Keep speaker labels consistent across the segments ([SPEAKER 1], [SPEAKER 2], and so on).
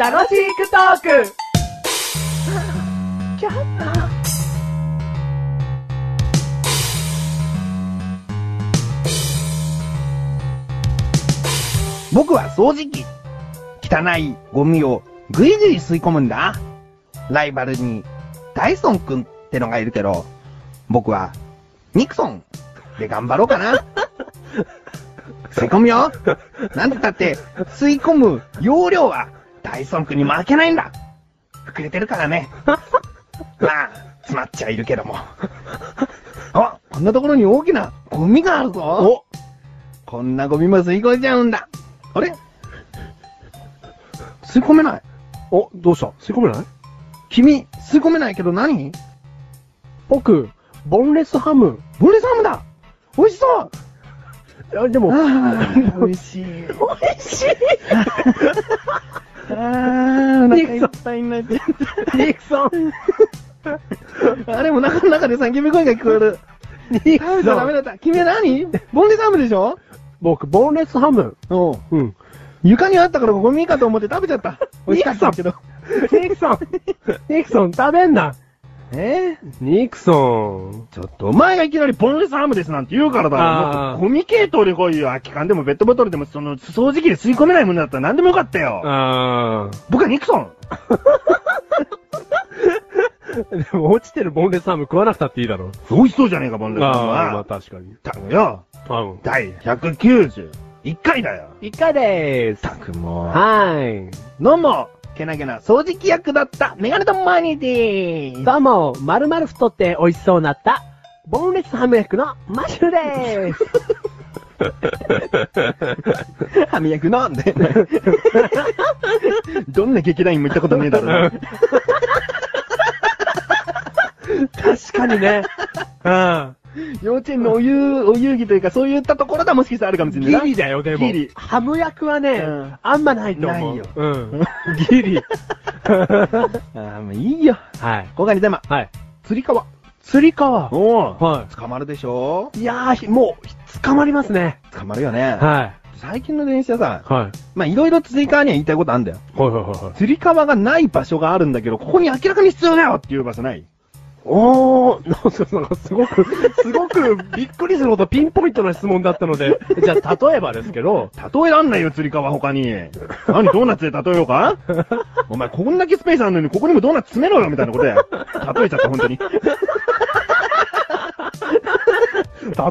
[SPEAKER 1] 楽しくトーク
[SPEAKER 2] 僕は掃除機。汚いゴミをぐいぐい吸い込むんだ。ライバルにダイソンくんってのがいるけど、僕はニクソンで頑張ろうかな。吸い込むよ。なんてったって吸い込む容量はダイソンくんに負けないんだ。膨れてるから ね。まあ、詰まっちゃいるけど も。あ、こんなところに大きなゴミがあるぞ。
[SPEAKER 3] お
[SPEAKER 2] こんなゴミも吸い込んじゃうんだ。あれ 吸い込めない。
[SPEAKER 3] お、どうした吸い込めない
[SPEAKER 2] 君、吸い込めないけど何
[SPEAKER 3] 僕、ボンレスハム。
[SPEAKER 2] ボルサムだ美味しそう
[SPEAKER 3] あでも、
[SPEAKER 2] あー、美味しい。
[SPEAKER 3] 美味しい
[SPEAKER 2] あー、お腹いっぱいになっちゃ った。
[SPEAKER 3] ニクソン
[SPEAKER 2] あれ、お腹の中で叫び声が聞こえる。
[SPEAKER 3] ニ
[SPEAKER 2] 食べ
[SPEAKER 3] ク
[SPEAKER 2] ちゃ
[SPEAKER 3] ソ
[SPEAKER 2] ダメ
[SPEAKER 3] ン
[SPEAKER 2] だった。君は何ボンレサムでしょ
[SPEAKER 3] 僕、ボンレスハム。
[SPEAKER 2] うん。
[SPEAKER 3] うん。
[SPEAKER 2] 床にあったからゴミかと思って食べちゃ った。美味しかったけど。
[SPEAKER 3] ニクソンニクソン食べんな
[SPEAKER 2] えー、
[SPEAKER 3] ニクソン。
[SPEAKER 2] ちょっとお前がいきなりボンレスハムですなんて言うからだろ。も
[SPEAKER 3] あー
[SPEAKER 2] っとゴミ系統で来いよ。空き缶でもペットボトルでも、その、掃除機で吸い込めないものだったら何でもよかったよ。
[SPEAKER 3] あ
[SPEAKER 2] 僕はニクソン。
[SPEAKER 3] ー。でも、落ちてるボンレスハム食わなくたっていいだろ。
[SPEAKER 2] 美味しそうじゃねえか、ボンレスハム
[SPEAKER 3] あー、まあ
[SPEAKER 2] は。
[SPEAKER 3] 確かに。
[SPEAKER 2] たくよ、
[SPEAKER 3] あうん。
[SPEAKER 2] 第191回だよ。
[SPEAKER 3] 一回でーす。
[SPEAKER 2] たくも
[SPEAKER 3] は
[SPEAKER 2] どうも、けなげな掃除機役だった、メガネとマニーで
[SPEAKER 3] ーい。
[SPEAKER 2] ーす。
[SPEAKER 3] どうも、まるまる太って美味しそうになった、ボンレスハム役のマシュルでーす。
[SPEAKER 2] 歯磨くの で、どんな劇団員も行ったことねえだろうな。
[SPEAKER 3] 確かにね。うん。
[SPEAKER 2] 幼稚園のお遊、お遊戯というか、そういったところだもしかしたらあるかもしれない
[SPEAKER 3] ギ
[SPEAKER 2] な。
[SPEAKER 3] リだよ、でも
[SPEAKER 2] ギリ。
[SPEAKER 3] ハム役はね、
[SPEAKER 2] うん
[SPEAKER 3] あんまないと
[SPEAKER 2] な
[SPEAKER 3] 思う。
[SPEAKER 2] いよ
[SPEAKER 3] うん。ギリ。
[SPEAKER 2] ああ、もういいよ。
[SPEAKER 3] はい。
[SPEAKER 2] 小金玉、
[SPEAKER 3] はい。
[SPEAKER 2] 釣り革。
[SPEAKER 3] 釣り革。
[SPEAKER 2] おお。
[SPEAKER 3] は
[SPEAKER 2] 捕まるでしょ
[SPEAKER 3] い。いやー、ひもう、捕まりますね。
[SPEAKER 2] 捕まるよね。
[SPEAKER 3] はい。
[SPEAKER 2] 最近の電車さ、
[SPEAKER 3] はい。
[SPEAKER 2] まあ、いろいろ追加には言いたいことあるんだよ。
[SPEAKER 3] はいはいはいはい。
[SPEAKER 2] 釣り革がない場所があるんだけど、ここに明らかに必要だよっていう場所ない
[SPEAKER 3] おー、なんかそのなんかすごく、すごくびっくりするほどピンポイントな質問だったので、 じゃあ例えばですけど、
[SPEAKER 2] 例えらんないよ、釣り革他に。何、ドーナツで例えようかお前、こんだけスペースあるのに、ここにもドーナツ詰めろよ、みたいなことや。例えちゃった、本当に。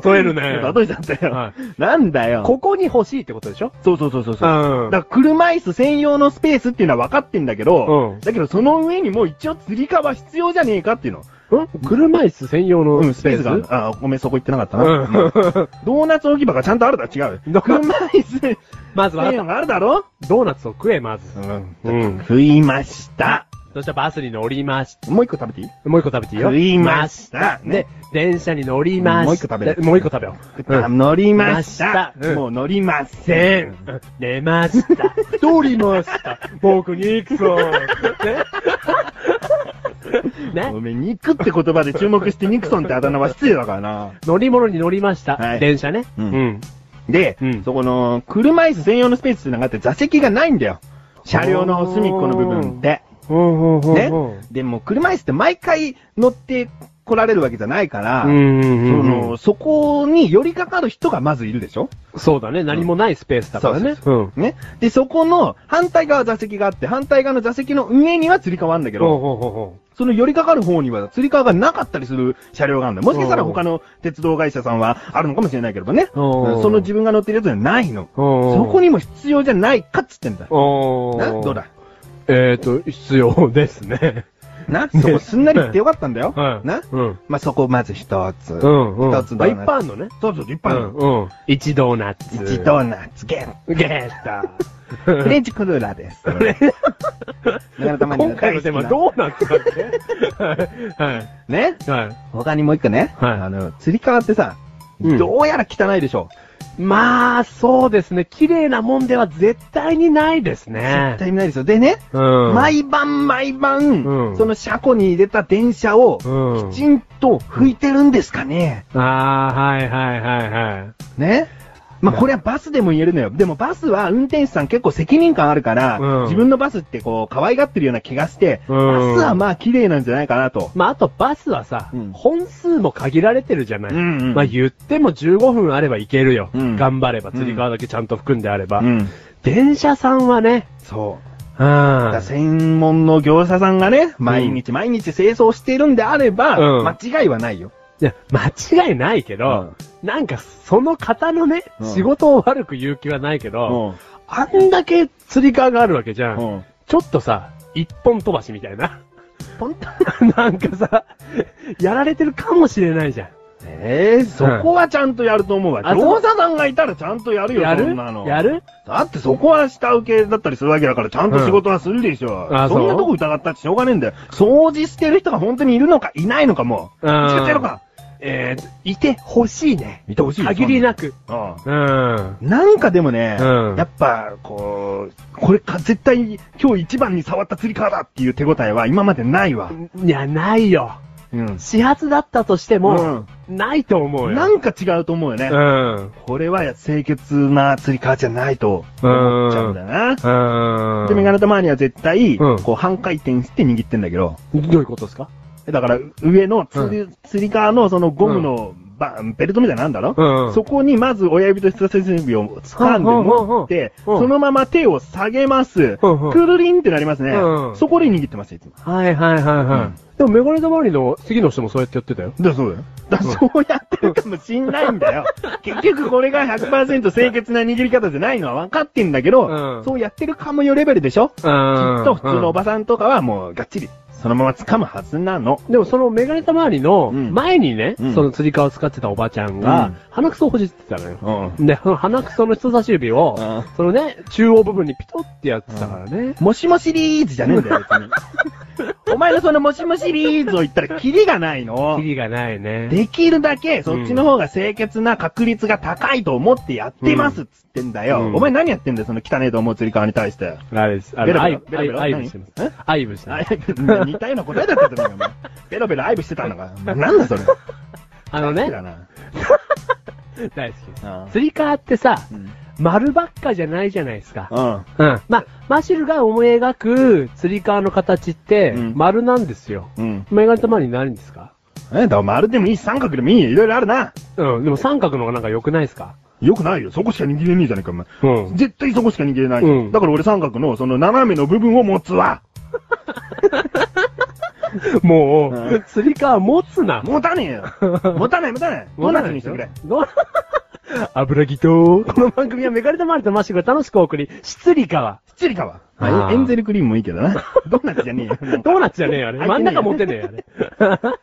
[SPEAKER 3] 例えるね。
[SPEAKER 2] 例えちゃったよ。
[SPEAKER 3] は
[SPEAKER 2] なんだよ。
[SPEAKER 3] ここに欲しいってことでしょ
[SPEAKER 2] そうそうそうそうそう。
[SPEAKER 3] ん
[SPEAKER 2] だから、車椅子専用のスペースっていうのは分かってんだけど、
[SPEAKER 3] うん
[SPEAKER 2] だけど、その上にもう一応釣り革必要じゃねえかっていうの。
[SPEAKER 3] ん車椅子専用の
[SPEAKER 2] うん、スペースがある。あ、ごめん、そこ行ってなかったな。うん
[SPEAKER 3] うん。
[SPEAKER 2] ドーナツ置き場がちゃんとあるだ、違う。
[SPEAKER 3] ど
[SPEAKER 2] 車椅子専
[SPEAKER 3] まずは、
[SPEAKER 2] 用があるだろ
[SPEAKER 3] ドーナツを食え、まず。
[SPEAKER 2] うん。
[SPEAKER 3] うん。
[SPEAKER 2] 食いました。
[SPEAKER 3] そしたらバスに乗りまし
[SPEAKER 2] もう一個食べていい
[SPEAKER 3] もう一個食べていいよ。
[SPEAKER 2] 食いましたね
[SPEAKER 3] で、電車に乗りまし
[SPEAKER 2] もう一個食べる
[SPEAKER 3] でもう一個食べよう。
[SPEAKER 2] あ乗りました。
[SPEAKER 3] ましたうん
[SPEAKER 2] もう乗りま
[SPEAKER 3] で
[SPEAKER 2] せ
[SPEAKER 3] ん
[SPEAKER 2] ん。、
[SPEAKER 3] 寝ました。太りま した。 僕、ニクソン。 ね。
[SPEAKER 2] お
[SPEAKER 3] ね。
[SPEAKER 2] めえ、肉って言葉で注目してニクソンってあだ名は失礼だからな。
[SPEAKER 3] 乗り物に乗りました。
[SPEAKER 2] はい
[SPEAKER 3] 電車ね。
[SPEAKER 2] うん
[SPEAKER 3] ん。
[SPEAKER 2] で、
[SPEAKER 3] うん
[SPEAKER 2] そこの、車椅子専用のスペースってのがあって座席がないんだよ。車両の隅っこの部分って。
[SPEAKER 3] うん、うん、
[SPEAKER 2] ね。でも、車椅子って毎回乗って来られるわけじゃないから、
[SPEAKER 3] うん
[SPEAKER 2] そ
[SPEAKER 3] うん、う
[SPEAKER 2] の、そこに寄りかかる人がまずいるでしょ
[SPEAKER 3] ん。そうだね。何もないスペースだからね。
[SPEAKER 2] そう
[SPEAKER 3] うん。
[SPEAKER 2] ね。で、そこの反対側座席があって、反対側の座席の上には釣り革あるんだけど、
[SPEAKER 3] ほうほうほ
[SPEAKER 2] その寄りかかる方には、釣り革がなかったりする車両があるんだよ。もしかしたら他の鉄道会社さんはあるのかもしれないけれどね。
[SPEAKER 3] おー
[SPEAKER 2] その自分が乗ってるやつじゃないの。
[SPEAKER 3] うほう。
[SPEAKER 2] そこにも必要じゃないかっつってんだ。
[SPEAKER 3] お
[SPEAKER 2] な、
[SPEAKER 3] ー。
[SPEAKER 2] どうだ
[SPEAKER 3] えーと、必要ですね。
[SPEAKER 2] な、そこすんなり行ってよかったんだよ。
[SPEAKER 3] はい。
[SPEAKER 2] な、
[SPEAKER 3] うん。
[SPEAKER 2] まあ、そこまず一つ。
[SPEAKER 3] うん、うん。
[SPEAKER 2] 一つドーナツ
[SPEAKER 3] あいっぱいあんのね。
[SPEAKER 2] そうそう、立
[SPEAKER 3] う
[SPEAKER 2] 派なの。
[SPEAKER 3] ん、うん。一ドーナツ。
[SPEAKER 2] 一ドーナツゲッ
[SPEAKER 3] ゲッタ
[SPEAKER 2] ト。 フレンチクルーラーです。なかなかまに
[SPEAKER 3] 今回のテーマ、
[SPEAKER 2] う
[SPEAKER 3] ドーナツだって。はい。
[SPEAKER 2] ね
[SPEAKER 3] はい。
[SPEAKER 2] 他にもう一個ね。
[SPEAKER 3] はい
[SPEAKER 2] あの、釣り革ってさ、
[SPEAKER 3] うん
[SPEAKER 2] どうやら汚いでしょ。
[SPEAKER 3] まあ、そうですね。綺麗なもんでは絶対にないですね
[SPEAKER 2] 絶。対見ないでしょ。でね、
[SPEAKER 3] うん
[SPEAKER 2] 毎晩毎晩、
[SPEAKER 3] うん
[SPEAKER 2] その車庫に入れた電車を、
[SPEAKER 3] うん
[SPEAKER 2] きちんと拭いてるんですかね、
[SPEAKER 3] ああ、はいはいはいはい。
[SPEAKER 2] ねまあ、これはバスでも言えるのよ。でもバスは運転手さん結構責任感あるから、
[SPEAKER 3] うん
[SPEAKER 2] 自分のバスってこう、可愛がってるような気がして、
[SPEAKER 3] うん
[SPEAKER 2] バスはまあ綺麗なんじゃないかなと。
[SPEAKER 3] まあ、あとバスはさ、
[SPEAKER 2] うん
[SPEAKER 3] 本数も限られてるじゃない。
[SPEAKER 2] うんうん
[SPEAKER 3] まあ、言っても15分あればいけるよ。
[SPEAKER 2] うん
[SPEAKER 3] 頑張れば、釣り革だけちゃんと含んであれば。
[SPEAKER 2] うん。
[SPEAKER 3] 電車さんはね、
[SPEAKER 2] そう。
[SPEAKER 3] うん。
[SPEAKER 2] だから専門の業者さんがね、毎日毎日清掃しているんであれば、
[SPEAKER 3] うん
[SPEAKER 2] 間違いはないよ。
[SPEAKER 3] いや、間違いないけど、なんかその方のね、
[SPEAKER 2] うん
[SPEAKER 3] 仕事を悪く言う気はないけど、
[SPEAKER 2] うん。
[SPEAKER 3] あんだけ釣り革があるわけじゃん。
[SPEAKER 2] うん。
[SPEAKER 3] ちょっとさ、一本飛ばしみたいな。
[SPEAKER 2] ポンと。
[SPEAKER 3] なんかさ、やられてるかもしれないじゃん。
[SPEAKER 2] ええそこはちゃんとやると思うわ。
[SPEAKER 3] あそう
[SPEAKER 2] 業者さんがいたらちゃんとやるよ、
[SPEAKER 3] や
[SPEAKER 2] そ
[SPEAKER 3] る
[SPEAKER 2] んなの。
[SPEAKER 3] やる
[SPEAKER 2] だってそこは下請けだったりするわけだから、ちゃんと仕事はするでしょ。
[SPEAKER 3] うんあ
[SPEAKER 2] そんな
[SPEAKER 3] そう
[SPEAKER 2] とこ疑ったってしょうがねえんだよ。掃除してる人が本当にいるのか、いないのかもう。
[SPEAKER 3] うん
[SPEAKER 2] 違ってやろうか。
[SPEAKER 3] えー、いてほしいね。
[SPEAKER 2] いてほしいよ
[SPEAKER 3] 限りなく。
[SPEAKER 2] うん。
[SPEAKER 3] うん。
[SPEAKER 2] なんかでもね、
[SPEAKER 3] うん
[SPEAKER 2] やっぱ、こう、これか、絶対に今日一番に触った釣り革だっていう手応えは今までないわ。
[SPEAKER 3] いや、ないよ。
[SPEAKER 2] うん。
[SPEAKER 3] 始発だったとしても、ないと思うよ。
[SPEAKER 2] なんか違うと思うよね。
[SPEAKER 3] うん。
[SPEAKER 2] これは清潔な釣り革じゃないと思っちゃうんだよな。
[SPEAKER 3] うん。
[SPEAKER 2] で、メガネ玉には絶対、
[SPEAKER 3] うん
[SPEAKER 2] こう半回転して握ってんだけど、
[SPEAKER 3] どういうことですか
[SPEAKER 2] だから上の釣り,、釣り革のそのゴムのバ、ベルトみたいなのあんだろ、
[SPEAKER 3] うん
[SPEAKER 2] そこにまず親指と人差し指を掴んで持って、
[SPEAKER 3] うんうんうんう
[SPEAKER 2] そ
[SPEAKER 3] ん
[SPEAKER 2] のまま手を下げます。
[SPEAKER 3] うんうん
[SPEAKER 2] くるりんってなりますね、
[SPEAKER 3] うん
[SPEAKER 2] そこで握ってます、いつも。
[SPEAKER 3] はいはいはいはい。
[SPEAKER 2] うん
[SPEAKER 3] でも、メガネ玉りの次の人もそうやってやってたよ。
[SPEAKER 2] だそうだよ。だそうやってるかもしんないんだ よ。結局これが100%清潔な握り方じゃないのは分かってんだけど、
[SPEAKER 3] うん
[SPEAKER 2] そうやってるかもよレベルでしょ、
[SPEAKER 3] うん
[SPEAKER 2] きっと普通のおばさんとかはもうがっちり、そのまま掴むはずなの。
[SPEAKER 3] でもそのメガネたまわりの
[SPEAKER 2] うん
[SPEAKER 3] 前にね、
[SPEAKER 2] うん
[SPEAKER 3] その釣り革を使ってたおばちゃんが、
[SPEAKER 2] うん
[SPEAKER 3] 鼻くそをほじってたのよ。
[SPEAKER 2] うん。
[SPEAKER 3] で、その鼻くその人差し指を、
[SPEAKER 2] うん
[SPEAKER 3] そのね、中央部分にピトってやってたからね。
[SPEAKER 2] もしもシリーズじゃねえんだよ、別に。お前のそのもしもシリーズを言ったらキリがないの
[SPEAKER 3] キ。リがないね。
[SPEAKER 2] できるだけそっちの方が清潔な確率が高いと思ってやってますっつってんだよ。
[SPEAKER 3] うん
[SPEAKER 2] お前何やってんだよ、その汚えと思う釣り革に対して。
[SPEAKER 3] あれです。あ
[SPEAKER 2] ベ
[SPEAKER 3] れ、
[SPEAKER 2] ロ
[SPEAKER 3] ア
[SPEAKER 2] ベ
[SPEAKER 3] イ
[SPEAKER 2] ロベロベロ
[SPEAKER 3] アイブしてます
[SPEAKER 2] 何。
[SPEAKER 3] アイブして
[SPEAKER 2] あ
[SPEAKER 3] ます。
[SPEAKER 2] 似たような答えだったと思うよお前。ベロベロ愛撫してたのか。なんだそれ。
[SPEAKER 3] あの
[SPEAKER 2] 好
[SPEAKER 3] ね
[SPEAKER 2] き、だな。
[SPEAKER 3] 大好きです
[SPEAKER 2] うん。
[SPEAKER 3] 釣り革ってさ、
[SPEAKER 2] うん
[SPEAKER 3] 丸ばっかじゃないじゃないですか。
[SPEAKER 2] うん。
[SPEAKER 3] うん。まあ、マシュルが思い描く釣り革の形って、
[SPEAKER 2] うん
[SPEAKER 3] 丸なんですよ。
[SPEAKER 2] うん。
[SPEAKER 3] メガネたまわり何ですか
[SPEAKER 2] え、だから丸でもいいし三角でもいいよ。いろいろあるな。
[SPEAKER 3] うん、でも三角の方がなんか良くないですか
[SPEAKER 2] よくないよ。そこしか握れねえじゃねえか、お前。
[SPEAKER 3] うん。
[SPEAKER 2] 絶対そこしか握れない。
[SPEAKER 3] うん
[SPEAKER 2] だから俺三角のその斜めの部分を持つわ。
[SPEAKER 3] もう、
[SPEAKER 2] うん
[SPEAKER 3] 釣り革持つな。
[SPEAKER 2] 持た ねえよ。持たない持たない。ドーナツにしてくれ。。
[SPEAKER 3] ドーナツ 油ギトー。この番組はメガネとマリとマシュが楽しくお送り、失礼かは。
[SPEAKER 2] 七里かは。ま
[SPEAKER 3] あ
[SPEAKER 2] あ
[SPEAKER 3] ー
[SPEAKER 2] エンゼルクリームもいいけどな。ドーナツじゃねえよ。
[SPEAKER 3] ドーナツじゃねえよ、あれ。
[SPEAKER 2] 開い
[SPEAKER 3] 真
[SPEAKER 2] て
[SPEAKER 3] ん
[SPEAKER 2] ねえ
[SPEAKER 3] 中持てねえよ、あれ。